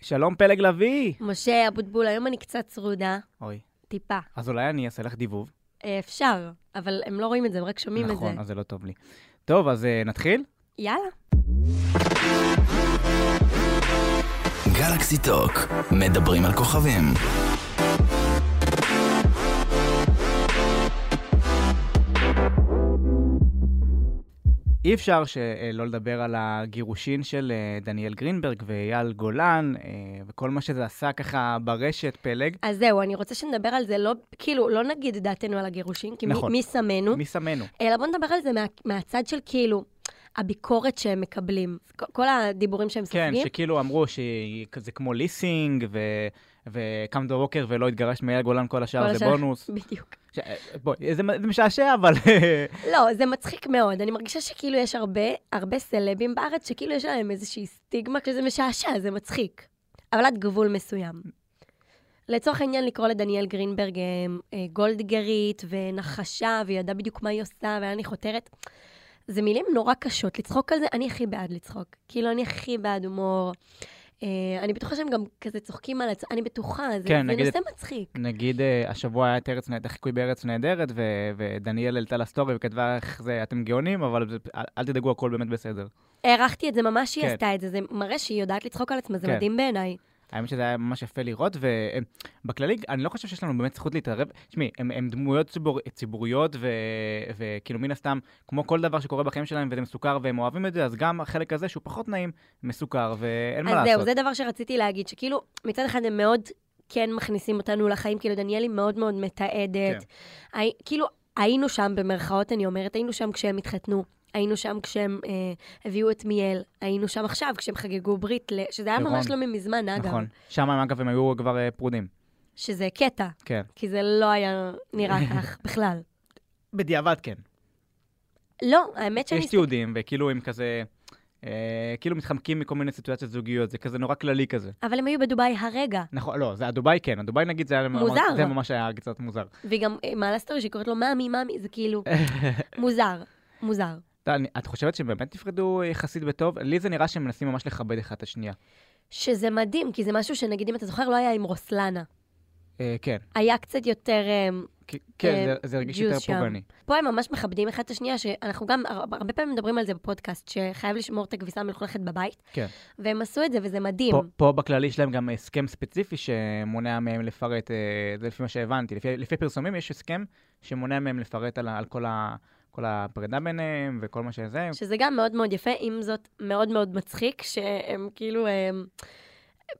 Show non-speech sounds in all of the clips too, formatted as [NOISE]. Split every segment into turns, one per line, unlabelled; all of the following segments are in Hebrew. שלום פלג לביא!
משה אבוטבול, היום אני קצת צרודה,
אוי,
טיפה.
אז אולי אני אעשה לך דיבוב.
אה, אפשר, אבל הם לא רואים את זה, הם רק שומעים את זה.
נכון, אז זה לא טוב לי. טוב, אז אה, נתחיל?
יאללה.
גלקסי טוק, מדברים על כוכבים.
אי אפשר שלא לדבר על הגירושין של אה, דניאל גרינברג ואייל גולן, אה, וכל מה שזה עשה ככה ברשת, פלג.
אז זהו, אני רוצה שנדבר על זה, לא, כאילו, לא נגיד את דעתנו על הגירושים, כי
נכון.
מי, מי שמנו,
מי שמנו?
אלא בוא נדבר על זה מה, מהצד של כאילו, הביקורת שהם מקבלים. כל, כל הדיבורים שהם
כן,
סופגים.
שכאילו אמרו שזה כמו ליסינג, ו... וקמת בבוקר ולא התגרשת מאייל גולן כל
כל
השאר, זה
השאר-
בונוס.
בדיוק.
ש... אה, בואי, זה זה משעשע, אבל... אה,
לא, זה מצחיק מאוד. אני מרגישה שכאילו יש הרבה, הרבה סלבים בארץ, שכאילו יש להם איזושהי סטיגמה, שזה משעשע, זה מצחיק. אבל עד גבול מסוים. לצורך העניין לקרוא לדניאל גרינברג אה, אה, גולדגרית ונחשה, והיא ידעה בדיוק מה היא עושה, והיה אני חותרת. זה מילים נורא קשות. לצחוק על זה, אני הכי בעד לצחוק. כאילו, אני הכי בעד הומור. אה, אני בטוחה שהם גם כזה צוחקים על עצמם, אני בטוחה, זה,
כן,
זה
נגיד
נושא מצחיק.
נגיד, אה, השבוע היה את ארץ נהדרת, החיקוי בארץ נהדרת, ו- ודניאל העלתה לסטורי וכתבה איך זה, אתם גאונים, אבל זה- אל, אל תדאגו, הכל באמת בסדר.
הערכתי את זה ממש, היא
כן.
עשתה את זה, זה מראה שהיא יודעת לצחוק על עצמה, זה
כן.
מדהים בעיניי.
האמת שזה היה ממש יפה לראות, ובכללי, אני לא חושב שיש לנו באמת זכות להתערב. תשמעי, הם, הם דמויות ציבור, ציבוריות, ו, וכאילו מן הסתם, כמו כל דבר שקורה בחיים שלהם, וזה מסוכר והם אוהבים את זה, אז גם החלק הזה, שהוא פחות נעים, מסוכר, ואין מה
אז
לעשות.
זהו, זה דבר שרציתי להגיד, שכאילו, מצד אחד הם מאוד כן מכניסים אותנו לחיים, כאילו, דניאל היא מאוד מאוד
כן.
מתעדת. הי, כאילו, היינו שם, במרכאות אני אומרת, היינו שם כשהם התחתנו. היינו שם כשהם אה, הביאו את מיאל, היינו שם עכשיו כשהם חגגו ברית, ל- שזה היה
נכון.
ממש לא מזמן, אגב.
נכון. שם, הם, אגב, הם היו כבר אה, פרודים.
שזה קטע,
כן.
כי זה לא היה
[LAUGHS]
נראה כך בכלל.
בדיעבד כן.
לא, האמת שאני...
יש תיעודים, וכאילו הם כזה, אה, כאילו מתחמקים מכל מיני סיטואציות זוגיות, זה כזה נורא כללי כזה.
אבל הם היו בדובאי הרגע.
נכון, לא, זה הדובאי כן, הדובאי נגיד זה היה ממש-
מוזר.
זה ממש היה קצת
[LAUGHS]
מוזר.
והיא גם אה, מעלה סטורי שקוראת לו מאמי, מאמי, זה
אה,
כאילו מוזר, מוזר.
אתה- אני- את חושבת שהם באמת נפרדו אה, יחסית בטוב? לי זה נראה שהם מנסים ממש לכבד אחד את השנייה.
שזה מדהים, כי זה משהו שנגיד, אם אתה זוכר, לא היה עם רוסלנה.
אה, כן,
היה קצת יותר... אה,
כי-
אה,
כן, זה- זה הרגיש יותר
ג'וז שם.
פוגעני.
פה הם ממש מכבדים אחד את השנייה, שאנחנו גם הר- הרבה פעמים מדברים על זה בפודקאסט, שחייב לשמור את הכביסה המלוכלכת בבית,
כן.
והם עשו את זה, וזה מדהים.
פה- פה בכללי יש להם גם הסכם ספציפי שמונע מהם לפרט, אה, זה לפי מה שהבנתי. לפי- לפי פרסומים יש הסכם שמונע מהם לפרט על ה- על כל ה- כל הפרידה ביניהם וכל מה שזה.
שזה גם מאוד מאוד יפה, עם זאת, מאוד מאוד מצחיק, שהם כאילו... אה,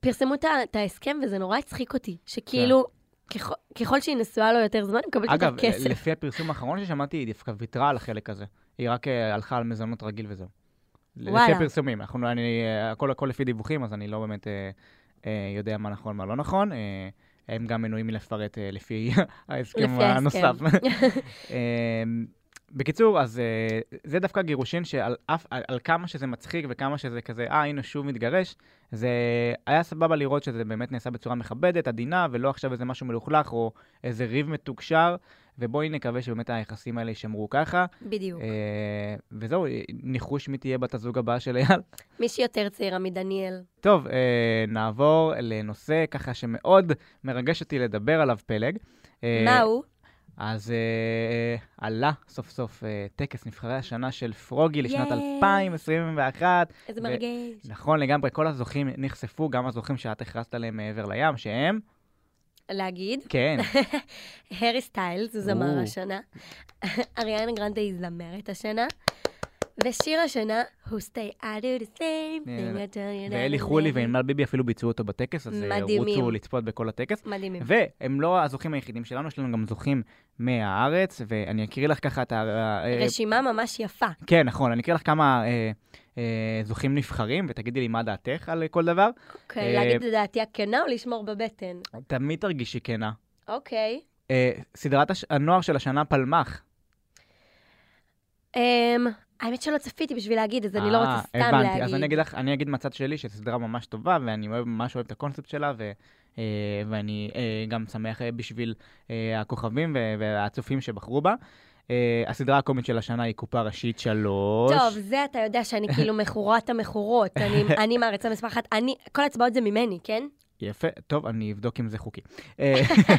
פרסמו את ה- את ההסכם, וזה נורא הצחיק אותי, שכאילו, ככל- ככל שהיא נשואה לו יותר זמן, היא מקבלת יותר
כן. אגב,
כסף.
לפי הפרסום האחרון ששמעתי, היא דווקא ויתרה על החלק הזה. היא רק אה, הלכה על מזונות רגיל וזהו. לפי
וואלה.
הפרסומים, אנחנו, אני, אה, הכל, הכל לפי דיווחים, אז אני לא באמת אה, אה, יודע מה נכון, מה לא נכון. אה, הם גם מנועים מלפרט אה, לפי ההסכם
לפי
הנוסף. [LAUGHS]
ההסכם.
אה, בקיצור, אז אה, זה דווקא גירושין שעל אף, על, על כמה שזה מצחיק וכמה שזה כזה, אה, הנה שוב מתגרש, זה היה סבבה לראות שזה באמת נעשה בצורה מכבדת, עדינה, ולא עכשיו איזה משהו מלוכלך או איזה ריב מתוקשר, ובואי נקווה שבאמת היחסים האלה יישמרו ככה.
בדיוק.
אה, וזהו, ניחוש מי תהיה בת הזוג הבאה של אייל.
מישהי יותר צעירה מדניאל.
טוב, אה, נעבור לנושא ככה שמאוד מרגש אותי לדבר עליו, פלג. אה,
מה הוא?
אז אה, עלה סוף סוף אה, טקס נבחרי השנה של פרוגי לשנת
יאי.
2021.
איזה
ו-
מרגש.
נכון לגמרי, כל הזוכים נחשפו, גם הזוכים שאת הכרזת עליהם מעבר לים, שהם,
להגיד, [LAUGHS]
כן,
הארי סטיילס, הוא זמר
או.
השנה, [LAUGHS] אריאנה גרנדה היא זמרת השנה, ושיר השנה הוא Stay I do the same thing
אה,
I tell you
ואלי
that I
חולי
never-
וענמל ביבי אפילו ביצעו אותו בטקס, אז אה,
מדהימים.
רוצו לצפות בכל הטקס.
מדהימים.
והם לא הזוכים היחידים שלנו, יש לנו גם זוכים מהארץ, ואני אקריא לך ככה את ה... אה,
רשימה ממש יפה.
כן, נכון, אני אקריא לך כמה אה, אה, זוכים נבחרים, ותגידי לי מה דעתך על כל דבר.
אוקיי,
אה,
להגיד את דעתי הכנה או לשמור בבטן?
תמיד תרגישי כנה.
אוקיי.
אה, סדרת הש... הנוער של השנה פלמח.
אמ, האמת שלא צפיתי בשביל להגיד, אז אני לא רוצה סתם
אה, הבנתי.
להגיד.
אז אני אגיד לך, אני אגיד מהצד שלי שסדרה ממש טובה, ואני אוהב, ממש אוהב את הקונספט שלה, ו, אה, ואני אה, גם שמח אה, בשביל אה, הכוכבים ו- והצופים שבחרו בה. אה, הסדרה הקומית של השנה היא קופה ראשית שלוש.
טוב, זה אתה
[LAUGHS]
יודע שאני כאילו מכורת המכורות. אני, אני מעריצה מספר אחת. אני, כל ההצבעות זה ממני, כן?
יפה, טוב, אני אבדוק אם זה חוקי. אה, [LAUGHS]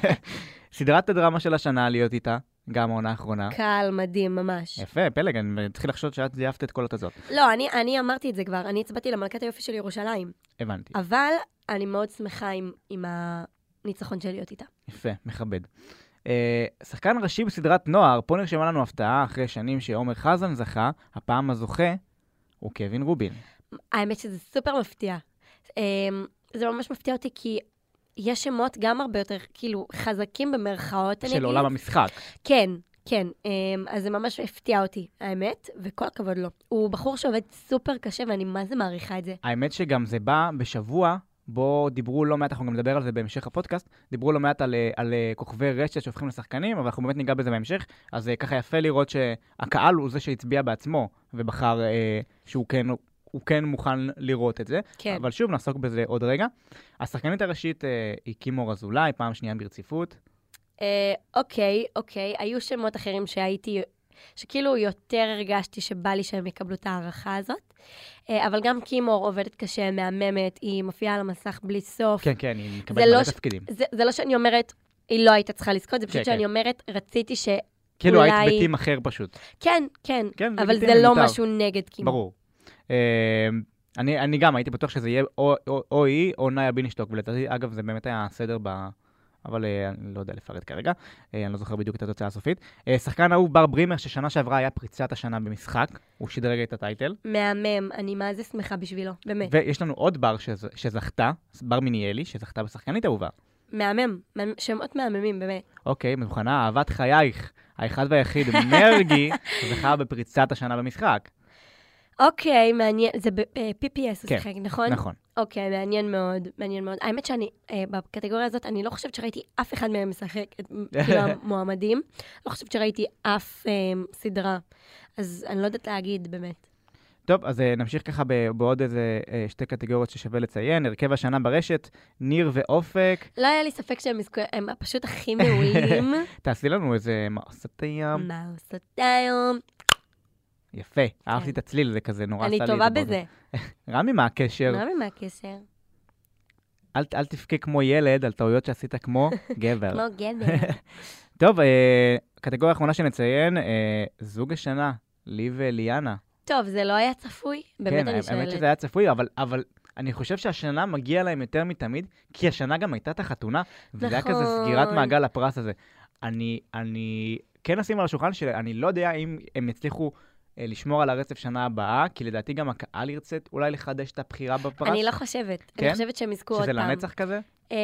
סדרת הדרמה של השנה, להיות איתה, גם העונה האחרונה.
קהל מדהים, ממש.
אה. יפה, פלג, אני מתחיל לחשוד שאת זייפת את כל התזות.
לא, אני, אני אמרתי את זה כבר, אני הצבעתי למלכת היופי של ירושלים.
הבנתי.
אבל אני מאוד שמחה עם, עם הניצחון של להיות איתה.
יפה, מכבד. אה, שחקן ראשי בסדרת נוער, פה נרשמה לנו הפתעה אחרי שנים שעומר חזן זכה, הפעם הזוכה הוא קווין רובין.
האמת שזה סופר מפתיע. אמ, זה ממש מפתיע אותי כי יש שמות גם הרבה יותר, כאילו, חזקים במרכאות, אני אגיד.
של עולם המשחק.
כן, כן. אמ, אז זה ממש הפתיע אותי, האמת, וכל הכבוד לו. הוא בחור שעובד סופר קשה, ואני מה זה מעריכה את זה.
האמת שגם זה בא בשבוע בו דיברו לא מעט, אנחנו גם נדבר על זה בהמשך הפודקאסט, דיברו לא מעט על, אה, על אה, כוכבי רשת שהופכים לשחקנים, אבל אנחנו באמת ניגע בזה בהמשך, אז אה, ככה יפה לראות שהקהל הוא זה שהצביע בעצמו ובחר אה, שהוא כן... הוא כן מוכן לראות את זה,
כן.
אבל שוב, נעסוק בזה עוד רגע. השחקנית הראשית אה, היא קימור אזולאי, פעם שנייה ברציפות.
אה, אוקיי, אוקיי, היו שמות אחרים שהייתי, שכאילו יותר הרגשתי שבא לי שהם יקבלו את ההערכה הזאת. אה, אבל גם קימור עובדת קשה, מהממת, היא מופיעה על המסך בלי סוף.
כן, כן, היא
זה
מקבלת
לא
מלא
ש-
תפקידים.
זה, זה לא שאני אומרת, היא לא הייתה צריכה לזכות, זה פשוט
כן,
שאני
כן.
אומרת, רציתי ש...
כאילו, היית
אולי-
בטים אחר פשוט.
כן, כן,
כן,
אבל זה
לגיטימי,
לא
מותר.
משהו נגד קימור.
ברור. אה, אני, אני גם הייתי בטוח שזה יהיה או, או, או היא או נאיה בינשטוק, ולדעתי, אגב, זה באמת היה הסדר ב... אבל אה, אני לא יודע לפרט כרגע, אה, אני לא זוכר בדיוק את התוצאה הסופית. אה, שחקן אהוב בר ברימר, ששנה שעברה היה פריצת השנה במשחק, הוא שדרג את הטייטל.
מהמם, אני מה זה שמחה בשבילו, באמת.
ויש לנו עוד בר שז, שזכתה, בר מיניאלי, שזכתה בשחקנית אהובה.
מהמם, מהמם, שמות מהממים, באמת.
אוקיי, מוכנה, אהבת חייך, האחד והיחיד,
[LAUGHS]
מרגי, זכה בפריצת השנה במשחק.
אוקיי, מעניין, זה ב- אה, PPS הוא
כן,
שיחק, נכון?
נכון.
אוקיי, מעניין מאוד, מעניין מאוד. האמת שאני, אה, בקטגוריה הזאת, אני לא חושבת שראיתי אף אחד מהם משחק, את-
[LAUGHS]
כאילו המועמדים. לא חושבת שראיתי אף אה, סדרה, אז אני לא יודעת להגיד, באמת.
טוב, אז אה, נמשיך ככה ב- בעוד איזה אה, שתי קטגוריות ששווה לציין. הרכב השנה ברשת, ניר ואופק.
לא היה לי ספק שהם יזכו- הם פשוט
[LAUGHS]
הכי מעולים.
תעשי לנו איזה מעשת ים.
מה עושה היום?
יפה, אהבתי את הצליל, זה כזה נורא
כן. אני
עשה לי
טובה
את זה
בזה.
באוזן. רמי, מה הקשר?
למה מה הקשר?
אל אל תבכה כמו ילד על טעויות שעשית
[LAUGHS]
כמו גבר.
כמו
[LAUGHS]
גבר.
טוב, אה, קטגוריה האחרונה שנציין, אה, זוג השנה, לי וליאנה.
טוב, זה לא היה צפוי? באמת אני
כן, האמת
שואלת.
שזה היה צפוי, אבל- אבל אני חושב שהשנה מגיע להם יותר מתמיד, כי השנה גם הייתה את החתונה, וזה היה כזה
נכון.
סגירת מעגל לפרס הזה. אני, אני כן אשים על השולחן שאני לא יודע אם הם יצליחו אה, לשמור על הרצף שנה הבאה, כי לדעתי גם הקהל ירצה אולי לחדש את הבחירה בפרס.
אני לא חושבת.
כן?
אני חושבת שהם יזכו עוד
שזה
פעם.
לנצח כזה?
אמ,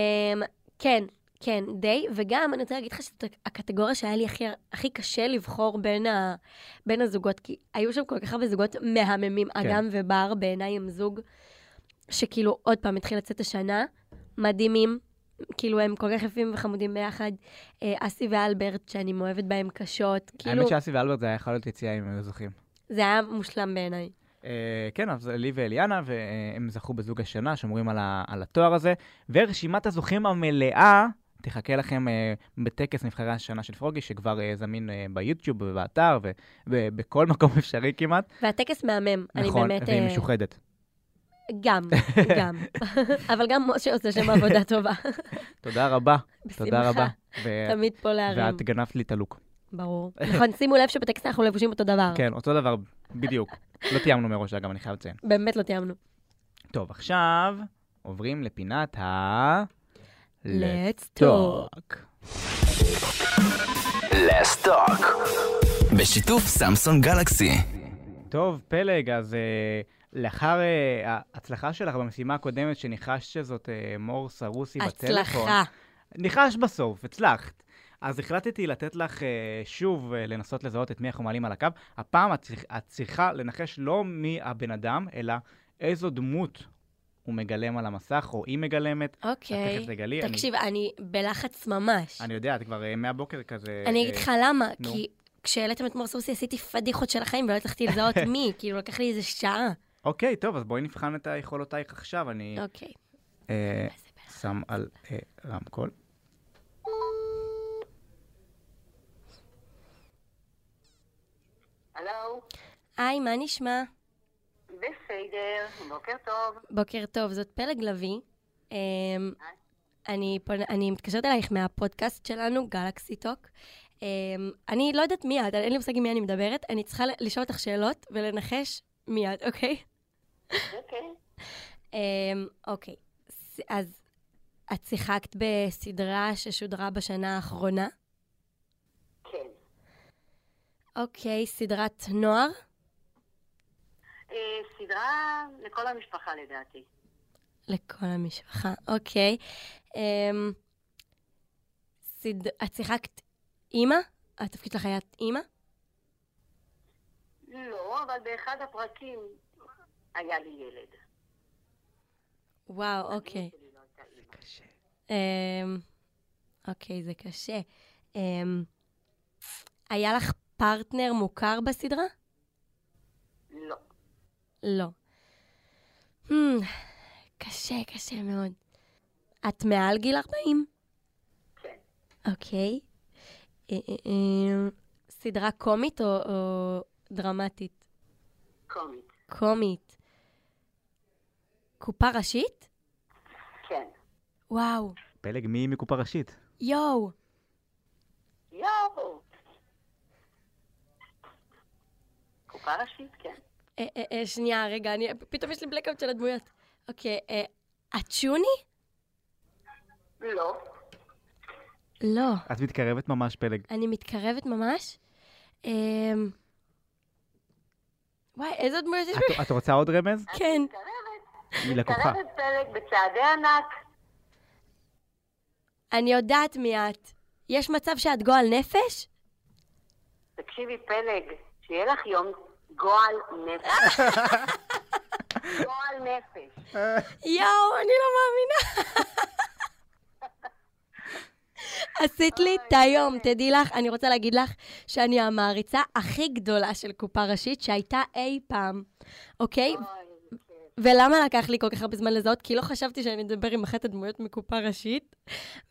כן, כן, די. וגם אני רוצה להגיד לך שזאת הקטגוריה שהיה לי הכי, הכי קשה לבחור בין, ה, בין הזוגות, כי היו שם כל כך הרבה זוגות מהממים.
כן.
אגם ובר בעיניי הם זוג שכאילו עוד פעם התחיל לצאת השנה, מדהימים. כאילו הם כל כך יפים וחמודים ביחד. אה, אסי ואלברט, שאני מאוהבת בהם קשות. כאילו,
האמת שאסי ואלברט זה היה יכול להיות יציאה אם הם היו זוכים.
זה היה מושלם בעיניי.
אה, כן, אז לי ואליאנה, והם זכו בזוג השנה, שומרים על, ה, על התואר הזה. ורשימת הזוכים המלאה תחכה לכם אה, בטקס נבחרי השנה של פרוגי, שכבר אה, זמין אה, ביוטיוב ובאתר ובכל מקום [LAUGHS] אפשרי כמעט.
והטקס מהמם.
נכון,
אני באמת...
והיא
אה,
משוחדת.
גם,
[LAUGHS]
גם. אבל גם משה עושה שם עבודה טובה.
תודה
[LAUGHS]
רבה,
בשמחה.
תודה רבה. ו-
תמיד פה להרים.
כן. ואת גנבת לי את הלוק.
ברור. נכון, [LAUGHS] שימו לב שבטקסט אנחנו לבושים אותו דבר.
כן, אותו דבר, בדיוק. לא תיאמנו מראש, אגב, אני חייב לציין.
באמת לא תיאמנו.
טוב, עכשיו עוברים לפינת ה...
Let's
Talk.
Let's talk. בשיתוף סמסון גלקסי.
טוב, פלג, אז אה, לאחר אה, ההצלחה שלך במשימה הקודמת, שניחשת שזאת אה, מור סרוסי בטלפון.
הצלחה.
ניחש בסוף, הצלחת. אז החלטתי לתת לך אה, שוב אה, לנסות לזהות את מי אנחנו מעלים על הקו. הפעם את צריכ- את צריכה לנחש לא מי הבן אדם, אלא איזו דמות הוא מגלם על המסך, או היא מגלמת. את
אוקיי.
תכף תגלי. אני-
תקשיב, אני בלחץ ממש.
אני יודע, את כבר אה, מהבוקר כזה...
אני אגיד
אה,
לך למה,
נו.
כי כשהעליתם את מור סוסי עשיתי פדיחות של החיים ולא הצלחתי
[LAUGHS]
לזהות מי, כאילו לקח לי איזה שעה.
אוקיי, טוב, אז בואי נבחן את היכולותייך עכשיו. אני
אוקיי.
אה,
איזה בן אדם.
שם על אה, רמקול.
היי, מה נשמע?
בסדר, בוקר טוב.
בוקר טוב, זאת פלג לביא. אמ, אני, פונה, אני מתקשרת אלייך מהפודקאסט שלנו, גלקסי טוק. אמ, אני לא יודעת מי את, אין לי מושג עם מי אני מדברת, אני צריכה ל- לשאול אותך שאלות ולנחש מי את, אוקיי?
אוקיי.
אמ, אוקיי, ס- אז את שיחקת בסדרה ששודרה בשנה האחרונה?
כן.
אוקיי, סדרת נוער?
אה, סדרה לכל המשפחה לדעתי.
לכל המשפחה, אוקיי. אמ, סד... את שיחקת אימא? התפקיד שלך היה אימא?
לא, אבל באחד הפרקים היה לי ילד.
וואו, אוקיי.
שלי לא הייתה אימא.
אמ, אוקיי, זה קשה. אמ, היה לך פרטנר מוכר בסדרה?
לא.
לא. Hmm, קשה, קשה מאוד. את מעל גיל 40?
כן.
אוקיי. אה, אה, אה, סדרה קומית או, או דרמטית?
קומית.
קומית. קופה ראשית?
כן.
וואו.
פלג, מי מקופה ראשית?
יואו.
יואו! קופה ראשית, כן.
אה, אה, אה, שנייה, רגע, אני... פתאום יש לי בלקאוט של הדמויות. אוקיי, אה, את שוני?
לא.
לא.
את מתקרבת ממש, פלג.
אני מתקרבת ממש. אמ, וואי, איזה דמויות יש
את- את רוצה עוד רמז?
כן.
מתקרבת.
היא לקוחה.
מתקרבת פרק בצעדי ענק.
אני יודעת מי את. יש מצב שאת גועל נפש?
תקשיבי, פלג, שיהיה לך יום גועל נפש. גועל נפש.
יואו, אני לא מאמינה. עשית לי את היום, תדעי לך, אני רוצה להגיד לך שאני המעריצה הכי גדולה של קופה ראשית שהייתה אי פעם, אוקיי?
אוי, איזה כיף.
ולמה לקח לי כל כך הרבה זמן לזהות? כי לא חשבתי שאני אדבר עם אחת הדמויות מקופה ראשית,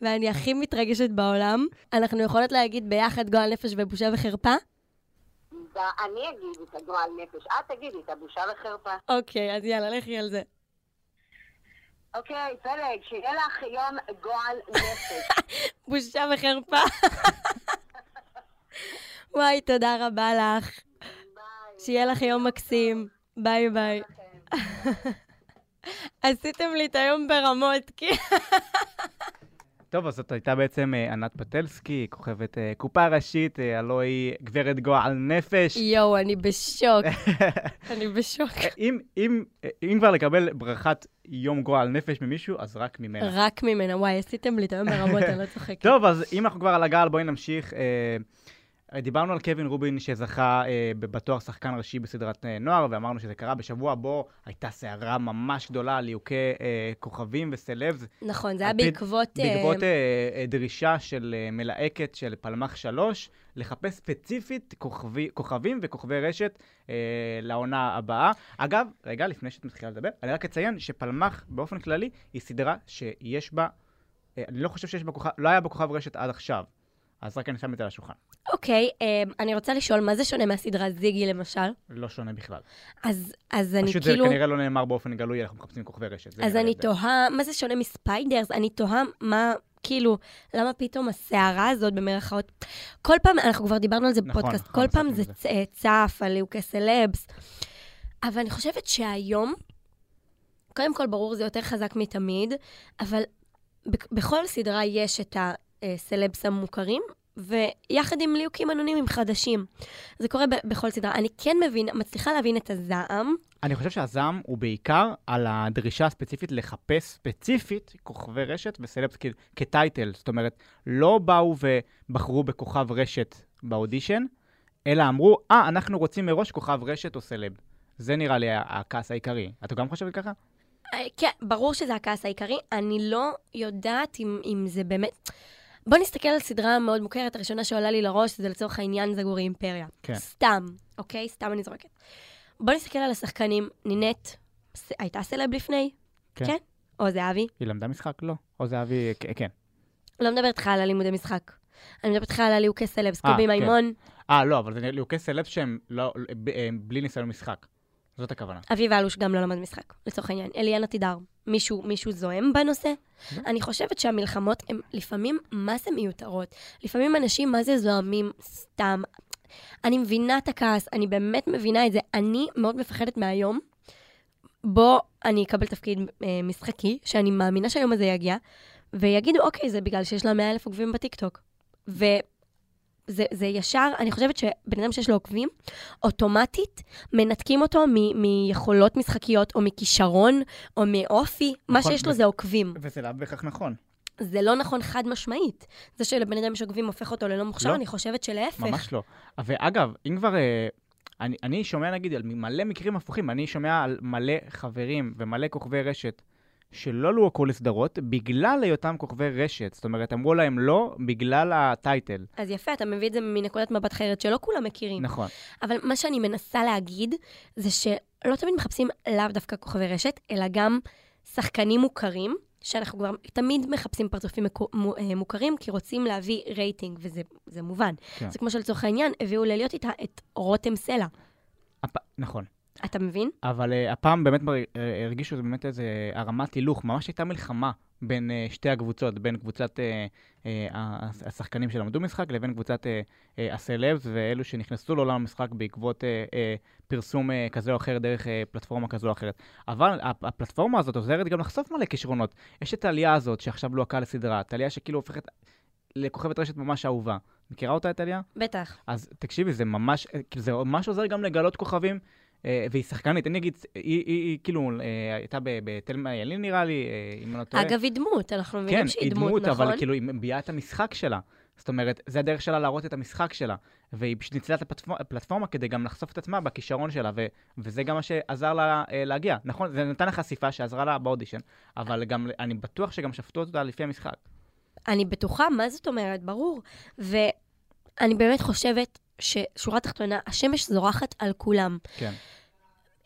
ואני הכי מתרגשת בעולם. אנחנו יכולות להגיד ביחד גועל נפש ובושה וחרפה?
אני אגיד את הגועל נפש, את תגידי את הבושה וחרפה.
אוקיי, אז יאללה, לכי על זה.
אוקיי, פלג, שיהיה לך יום גועל נפש.
בושה וחרפה. [LAUGHS] וואי, תודה רבה לך. שיהיה לך יום מקסים. ביי ביי. [LAUGHS] עשיתם לי את היום ברמות, כי...
טוב, אז זאת הייתה בעצם אה, ענת פטלסקי, כוכבת אה, קופה ראשית, אה, הלוא היא גברת גועל נפש.
יואו, אני בשוק. אני בשוק.
אם, אם, אה, אם כבר לקבל ברכת יום גועל נפש ממישהו, אז רק ממנה.
רק ממנה. וואי, עשיתם לי את היום ברמות, אני לא צוחקת.
טוב, אז אם אנחנו כבר על הגל, בואי נמשיך. אה, אה, דיברנו על קווין רובין שזכה אה, ב- בתואר שחקן ראשי בסדרת אה, נוער, ואמרנו שזה קרה בשבוע בו הייתה סערה ממש גדולה על ליהוקי אה, כוכבים וסלבס.
נכון, זה היה
על פי-
בעקבות... אה,
בעקבות אה, אה, דרישה של אה, מלהקת של פלמח 3 לחפש ספציפית כוכבי, כוכבים וכוכבי רשת אה, לעונה הבאה. אגב, רגע, לפני שאת מתחילה לדבר, אני רק אציין שפלמח באופן כללי היא סדרה שיש בה, אה, אני לא חושב שיש בה כוכב, לא היה בה כוכב רשת עד עכשיו. אז רק אני שם את זה על השולחן.
אוקיי, אה, אני רוצה לשאול, מה זה שונה מהסדרה זיגי, למשל?
לא שונה בכלל.
אז אז אני
פשוט
כאילו...
זה כנראה לא נאמר באופן גלוי, אנחנו מחפשים כוכבי רשת. זה
אז
נראה
אני
ההבדל.
תוהה, מה זה שונה מספיידרס? אני תוהה מה, כאילו, למה פתאום הסערה הזאת, במרכאות, כל פעם, אנחנו כבר דיברנו על זה
נכון,
בפודקאסט,
נכון,
כל פעם זה
עסקנו
צ- צף על ליהוקי סלבס, אבל אני חושבת שהיום, קודם כל, ברור, זה יותר חזק מתמיד, אבל בכ- בכל סדרה יש את הסלבס המוכרים, ויחד עם ליהוקים אנונימיים חדשים. זה קורה ב- בכל סדרה. אני כן מבינה, מצליחה להבין את הזעם.
אני חושב שהזעם הוא בעיקר על הדרישה הספציפית לחפש ספציפית כוכבי רשת וסלבס כ- כטייטל. זאת אומרת, לא באו ובחרו בכוכב רשת באודישן, אלא אמרו, אה, אנחנו רוצים מראש כוכב רשת או סלב. זה נראה לי ה- הכעס העיקרי. אתה גם חושבת ככה?
אה, כן, ברור שזה הכעס העיקרי. אני לא יודעת אם, אם זה באמת... בוא נסתכל על סדרה מאוד מוכרת, הראשונה שעולה לי לראש, זה לצורך העניין זגורי אימפריה.
כן.
סתם, אוקיי? סתם אני זורקת. בוא נסתכל על השחקנים. נינט, ס... הייתה סלב לפני?
כן.
או זהבי?
היא למדה משחק? לא. או זהבי, כ- כן.
לא מדברת איתך על הלימודי משחק. אני מדברת איתך על הליהוקי סלבס,
אה,
קובי
כן.
מימון.
אה, לא, אבל זה לוקי סלב שהם לא, ב- אה, בלי ניסיון משחק. זאת הכוונה.
אביב אלוש גם לא למד משחק, לצורך העניין. אליאנה תידר, מישהו, מישהו זועם בנושא? אני חושבת שהמלחמות הן לפעמים מה זה מיותרות. לפעמים אנשים מה זה זועמים סתם. אני מבינה את הכעס, אני באמת מבינה את זה. אני מאוד מפחדת מהיום בו אני אקבל תפקיד אה, משחקי, שאני מאמינה שהיום הזה יגיע, ויגידו, אוקיי, זה בגלל שיש לה 100 אלף עוקבים בטיקטוק. וזה זה ישר, אני חושבת שבן אדם שיש לו עוקבים, אוטומטית מנתקים אותו מ- מיכולות משחקיות, או מכישרון, או מאופי. מה
נכון,
שיש לו
וזה-
זה עוקבים.
וזה לא בהכרח נכון.
זה לא נכון חד משמעית. זה שלבן אדם יש עוקבים הופך אותו ללא מוכשר,
לא.
אני חושבת שלהפך.
ממש לא. ואגב, אם כבר... אה, אני, אני שומע, נגיד, על מלא מקרים הפוכים. אני שומע על מלא חברים ומלא כוכבי רשת שלא לוהקו לסדרות בגלל היותם כוכבי רשת. זאת אומרת, אמרו להם לא בגלל הטייטל.
אז יפה, אתה מביא את זה מנקודת מבט אחרת שלא כולם מכירים.
נכון.
אבל מה שאני מנסה להגיד, זה שלא תמיד מחפשים לאו דווקא כוכבי רשת, אלא גם שחקנים מוכרים, שאנחנו כבר תמיד מחפשים פרצופים מקו- מו- אה, מוכרים, כי רוצים להביא רייטינג, וזה זה מובן.
כן.
זה כמו שלצורך העניין, הביאו ללהיות איתה את רותם סלע.
הפ... נכון.
אתה מבין?
אבל uh, הפעם באמת מר- אה, הרגישו זה באמת איזה הרמת הילוך, ממש הייתה מלחמה בין uh, שתי הקבוצות, בין קבוצת uh, uh, השחקנים שלמדו משחק לבין קבוצת uh, uh, הסלבס ואלו שנכנסו לעולם המשחק בעקבות uh, uh, פרסום uh, כזה או אחר דרך uh, פלטפורמה כזו או אחרת. אבל הפ- הפלטפורמה הזאת עוזרת גם לחשוף מלא כישרונות. יש את העלייה הזאת שעכשיו לוהקה לסדרה, טליה שכאילו הופכת לכוכבת רשת ממש אהובה. מכירה אותה, טליה?
בטח.
אז תקשיבי, זה ממש, אה, כאילו, זה ממש עוזר גם לגלות כוכבים, אה, והיא שחקנית, אני אגיד, היא, היא, היא כאילו אה, הייתה ב- בתלמה ילין נראה לי, אה, אם אני לא טועה.
אגב, היא דמות, אנחנו מבינים
כן,
שהיא
היא
דמות,
דמות,
נכון?
אבל כאילו היא מביעה את המשחק שלה. זאת אומרת, זה הדרך שלה להראות את המשחק שלה. והיא פשוט ניצלה את הפלטפור- הפלטפורמה כדי גם לחשוף את עצמה בכישרון שלה, ו- וזה גם מה שעזר לה אה, להגיע. נכון, זה נתן לה חשיפה שעזרה לה באודישן, אבל גם, אני בטוח שגם שפטו אותה לפי המשחק.
אני בטוחה, מה זאת אומרת? ברור. ואני באמת חושבת ששורה תחתונה, השמש זורחת על כולם.
כן.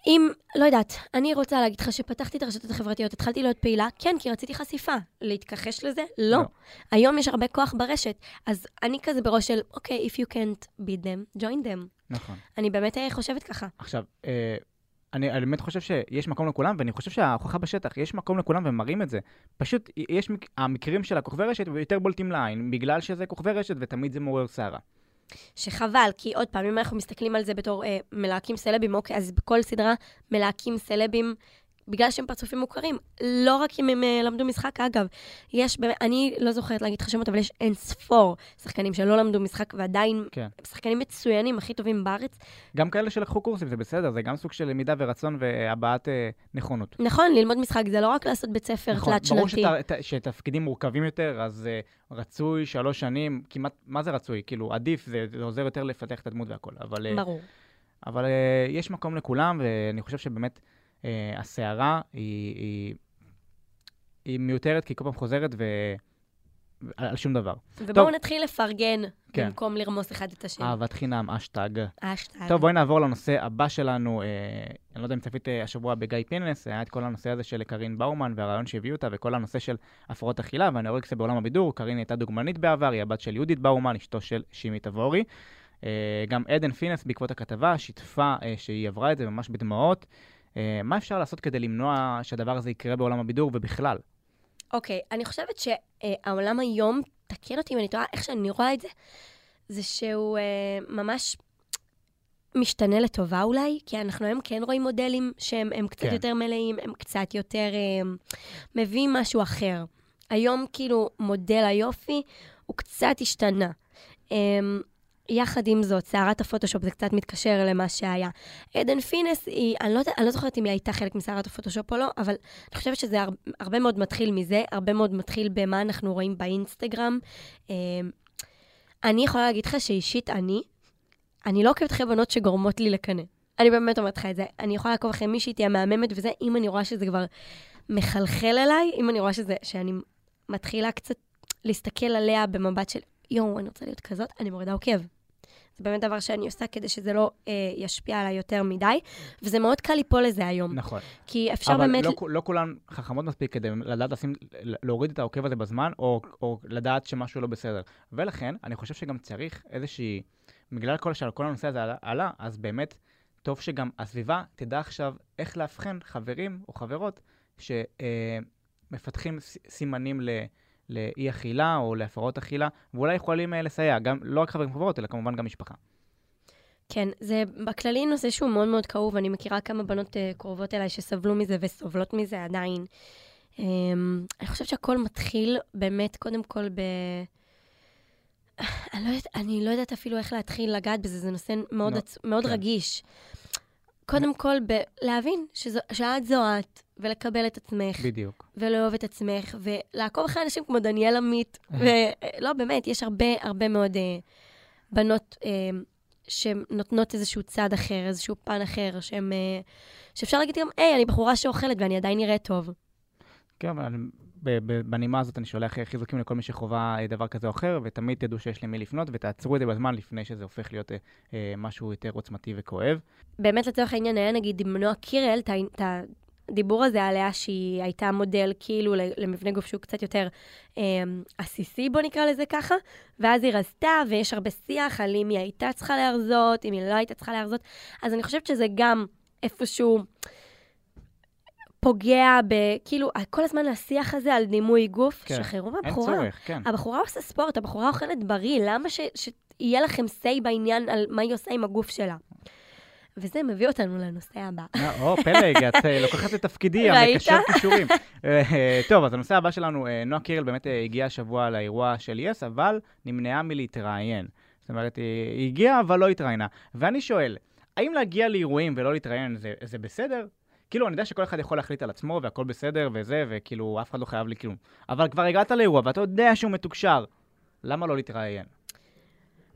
אם, לא יודעת, אני רוצה להגיד לך שפתחתי את הרשתות החברתיות, התחלתי להיות פעילה, כן, כי רציתי חשיפה. להתכחש לזה? לא.
לא.
היום יש הרבה כוח ברשת, אז אני כזה בראש של, אוקיי, if you can't beat them, join them.
נכון.
אני באמת אה, חושבת ככה.
עכשיו, אה, אני אני באמת חושב שיש מקום לכולם, ואני חושב שההוכחה בשטח, יש מקום לכולם והם מראים את זה. פשוט, יש, מק- המקרים של הכוכבי רשת יותר בולטים לעין, בגלל שזה כוכבי רשת ותמיד זה מעורר סערה.
שחבל, כי עוד פעם, אם אנחנו מסתכלים על זה בתור אה, מלהקים סלבים, אוקיי, אז בכל סדרה מלהקים סלבים, בגלל שהם פרצופים מוכרים. לא רק אם הם אה, למדו משחק, אגב, יש, באמת- אני לא זוכרת להגיד לך שמות, אבל יש אין ספור שחקנים שלא למדו משחק ועדיין
כן.
שחקנים מצוינים, הכי טובים בארץ.
גם כאלה שלקחו קורסים, זה בסדר, זה גם סוג של למידה ורצון והבעת אה, נכונות.
נכון, ללמוד משחק זה לא רק לעשות בית ספר
נכון,
תלת
ברור
שנתי.
שת- ת- שתפקידים מורכבים יותר, אז אה, רצוי שלוש שנים, כמעט, מה זה רצוי? כאילו, עדיף, זה זה עוזר יותר לפתח את הדמות והכל. אבל, אה,
ברור.
אבל אה, יש מקום לכולם, ואני חושב שבאמת אה, הסערה היא, היא, היא מיותרת, כי היא כל פעם חוזרת ו... על, על שום דבר.
ובואו
טוב.
נתחיל לפרגן
כן.
במקום לרמוס אחד את השני.
אהבת חינם, אשטג.
האשטג.
טוב, בואי נעבור לנושא הבא שלנו. אה, אני לא יודע אם צפית אה, השבוע בגיא פינס, היה את כל הנושא הזה של קארין באומן והרעיון שהביאו אותה, וכל הנושא של הפרעות אכילה והנאורקסיה בעולם הבידור. קארין הייתה דוגמנית בעבר, היא הבת של יהודית באומן, אשתו של שימי תבורי. אה, גם עדן פינס, בעקבות הכתבה, שיתפה אה, שהיא עברה את זה ממש בדמעות. אה, מה אפשר לעשות כדי למנוע שהדבר הזה יקרה בעולם הבידור ובכלל?
אוקיי, אני חושבת שהעולם היום, תקן אותי אם אני טועה, איך שאני רואה את זה, זה שהוא אה, ממש משתנה לטובה אולי, כי אנחנו היום כן רואים מודלים שהם הם קצת
כן.
כן. יותר מלאים, הם קצת יותר אה, מביאים משהו אחר. היום כאילו מודל היופי הוא קצת השתנה. אה, יחד עם זאת, סערת הפוטושופ זה קצת מתקשר למה שהיה. עדן פינס היא, אני לא, יודע- אני לא זוכרת אם היא הייתה חלק מסערת הפוטושופ או לא, אבל אני חושבת שזה הר, הרבה מאוד מתחיל מזה, הרבה מאוד מתחיל במה אנחנו רואים באינסטגרם. אה, אני יכולה להגיד לך שאישית אני, אני לא עוקבת אחרי בנות שגורמות לי לקנא. אני באמת אומרת לך את זה. אני יכולה לעקוב אחרי מישהי תהיה מהממת וזה, אם אני רואה שזה כבר מחלחל אליי, אם אני רואה שזה, שאני מתחילה קצת להסתכל עליה במבט של, יואו, אני רוצה להיות כזאת, אני מורידה עוקב. זה באמת דבר שאני עושה כדי שזה לא אה, ישפיע עליי יותר מדי, וזה מאוד קל ליפול לזה היום.
נכון.
כי אפשר
אבל
באמת...
לא, כ- לא כולן חכמות מספיק כדי לדעת לשים, ל- להוריד את העוקב הזה בזמן, או, או לדעת שמשהו לא בסדר. ולכן, אני חושב שגם צריך איזושהי בגלל כל שכל הנושא הזה עלה, עלה, אז באמת טוב שגם הסביבה תדע עכשיו איך לאבחן חברים או חברות שמפתחים סימנים ל... לאי אכילה או להפרעות אכילה, ואולי יכולים אה, לסייע, גם, לא רק חברים וחברות, אלא כמובן גם משפחה.
כן, זה בכללי נושא שהוא מאוד מאוד כאוב. אני מכירה כמה בנות uh, קרובות אליי שסבלו מזה וסובלות מזה עדיין. Um, אני חושבת שהכל מתחיל באמת, קודם כל, ב... אני לא, יודעת, אני לא יודעת אפילו איך להתחיל לגעת בזה, זה נושא מאוד,
לא,
עצ... מאוד
כן.
רגיש. קודם כל, ב... להבין שזו... שאת זו את, ולקבל את עצמך.
בדיוק.
ולאהוב את עצמך, ולעקוב אחרי אנשים כמו דניאל עמית. ולא, לא, באמת, יש הרבה, הרבה מאוד אה, בנות אה, שנותנות איזשהו צד אחר, איזשהו פן אחר, שהם, אה, שאפשר להגיד גם, היי, אני בחורה שאוכלת ואני עדיין נראית טוב.
כן, אבל אני- ב- ב- בנימה הזאת אני שולח אה, חיזוקים לכל מי שחווה אה, דבר כזה או אחר, ותמיד תדעו שיש למי לפנות, ותעצרו את זה בזמן לפני שזה הופך להיות אה, אה, משהו יותר עוצמתי וכואב.
באמת, לצורך העניין, היה נגיד עם נועה קירל, את ה- את הדיבור הזה עליה שהיא הייתה מודל כאילו ל- למבנה גוף שהוא קצת יותר אה, עסיסי, בוא נקרא לזה ככה, ואז היא רזתה, ויש הרבה שיח על אם היא הייתה צריכה להרזות, אם היא לא הייתה צריכה להרזות, אז אני חושבת שזה גם איפשהו פוגע ב... כאילו, כל הזמן השיח הזה על דימוי גוף,
כן.
כן. שחררו
אין
מהבחורה.
צורך, כן.
הבחורה עושה ספורט, הבחורה אוכלת בריא, למה ש... שיהיה לכם say בעניין על מה היא עושה עם הגוף שלה? וזה מביא אותנו לנושא הבא.
אה, או, פלג, את אה, לוקחת את תפקידי,
ראית?
המקשר כישורים. אה, אה, טוב, אז הנושא הבא שלנו, אה, נועה קירל באמת אה, הגיעה השבוע לאירוע של יס, אבל נמנעה מלהתראיין. זאת אומרת, היא היא הגיעה, אבל לא התראיינה. ואני שואל, האם להגיע לאירועים ולא להתראיין זה- זה בסדר? כאילו, אני יודע שכל אחד יכול להחליט על עצמו, והכל בסדר, וזה, וכאילו, אף אחד לא חייב לי כלום. אבל כבר הגעת לאירוע, ואתה יודע שהוא מתוקשר. למה לא להתראיין?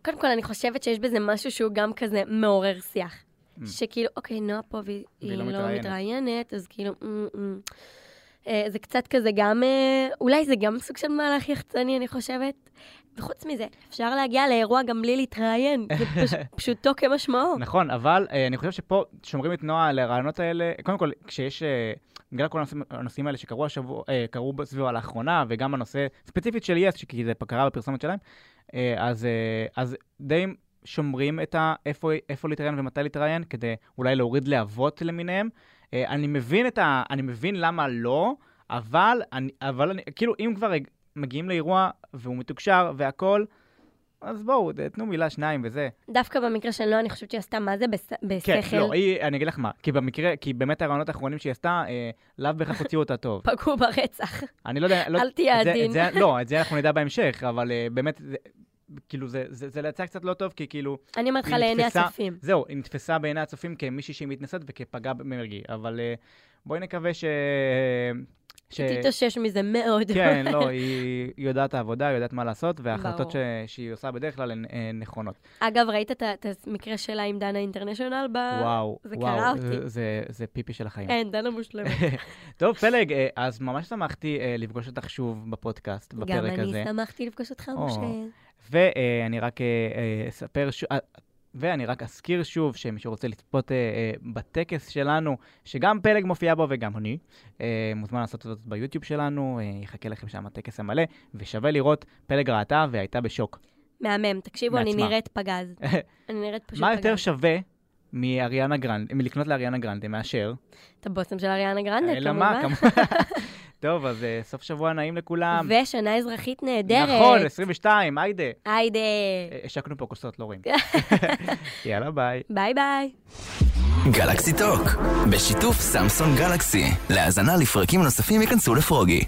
קודם כל, אני חושבת שיש בזה משהו שהוא גם כזה מעורר שיח.
Mm.
שכאילו, אוקיי, נועה פה והיא
והיא
היא
לא
לא
מתראיינת.
מתראיינת. אז כאילו, mm, mm. אה, זה קצת כזה גם, אה, אולי זה גם סוג של מהלך יחצני, אני חושבת. וחוץ מזה, אפשר להגיע לאירוע גם בלי להתראיין, זה
[LAUGHS]
פש- פשוטו כמשמעו.
נכון, אבל אה, אני חושב שפה שומרים את נועה על הרעיונות האלה. קודם כל, כשיש, אה, בגלל כל הנושאים- הנושאים האלה שקרו השבוע, אה, קרו בסביבה לאחרונה, וגם הנושא ספציפית של יס, כי זה קרה בפרסומת שלהם, אה, אז, אה, אז די שומרים את ה, איפה, איפה להתראיין ומתי להתראיין, כדי אולי להוריד להבות למיניהם. אה, אני מבין את ה... אני מבין למה לא, אבל אני... אבל אני... כאילו, אם כבר הג- מגיעים לאירוע והוא מתוקשר והכול, אז בואו, תנו מילה, שניים וזה.
דווקא במקרה של נועה, אני חושבת שהיא עשתה מה זה בס-
כן,
בשכל.
לא, היא, אני אגיד לך מה, כי במקרה, כי באמת הרעיונות האחרונים שהיא עשתה, אה, לאו בהכרח הוציאו אותה טוב.
פגעו ברצח.
אני לא יודע, לא,
אל תהיה
את זה-
עדין.
את זה- לא, את זה אנחנו נדע בהמשך, אבל אה, באמת, זה- כאילו, זה- זה זה יצא קצת לא טוב, כי כאילו,
אני אומרת לך,
היא
לעיני
נתפסה-
הצופים.
זהו, היא נתפסה בעיני הצופים כמישהי שהיא מתנשאת וכפגעה במרגי, אבל אה, בואי נקווה ש... ש-
תתאושש מזה מאוד.
כן, לא, היא היא יודעת את העבודה, היא יודעת מה לעשות, וההחלטות
ברור.
ש- שהיא עושה בדרך כלל הן אה, נכונות.
[LAUGHS] אגב, ראית את ה- את המקרה שלה עם דנה אינטרנשיונל? ב-
וואו, כן.
אה, זה קרה
וואו, זה-
אותי. אה,
זה- זה פיפי של החיים.
אין, דנה מושלמת.
טוב, פלג, אה, אז ממש שמחתי אה, לפגוש אותך שוב בפודקאסט,
גם
[LAUGHS] בפרק הזה.
אני שמחתי לפגוש אותך,
או.
משה.
ואני רק אה, אה, אספר שוב... ואני רק אזכיר שוב, שמי שרוצה לצפות אה, אה, בטקס שלנו, שגם פלג מופיע בו וגם אני, אה, מוזמן לעשות זאת ביוטיוב שלנו, אה, יחכה לכם שם הטקס המלא, ושווה לראות, פלג ראתה והייתה בשוק.
מהמם, תקשיבו, אני
מעצמה.
נראית פגז.
[LAUGHS]
אני נראית פשוט פגז.
מה יותר שווה מאריאנה גרנד, מלקנות לאריאנה גרנדה מאשר?
את הבושם של אריאנה גרנדה, כאילו,
אלא מה,
כמובן. [LAUGHS]
כמובן. טוב, אז אה, סוף שבוע נעים לכולם.
ושנה אזרחית נהדרת.
נכון, 22, היידה.
היידה.
השקנו פה כוסות, לא רואים. יאללה, ביי.
ביי ביי.
גלקסי טוק, בשיתוף סמסון גלקסי. להאזנה לפרקים נוספים ייכנסו לפרוגי.